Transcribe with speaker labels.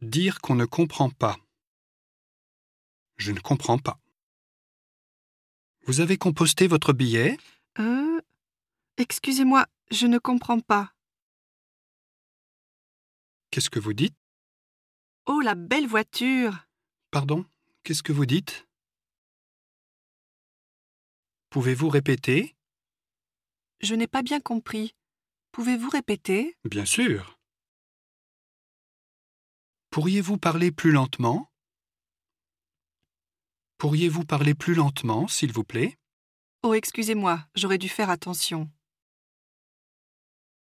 Speaker 1: Dire qu'on ne comprend pas. Je ne comprends pas. Vous avez composté votre billet
Speaker 2: Euh. Excusez-moi, je ne comprends pas.
Speaker 1: Qu'est-ce que vous dites
Speaker 2: Oh, la belle voiture
Speaker 1: Pardon Qu'est-ce que vous dites Pouvez-vous répéter
Speaker 2: Je n'ai pas bien compris. Pouvez-vous répéter
Speaker 1: Bien sûr. Pourriez-vous parler plus lentement Pourriez-vous parler plus lentement, s'il vous plaît
Speaker 2: Oh, excusez-moi, j'aurais dû faire attention.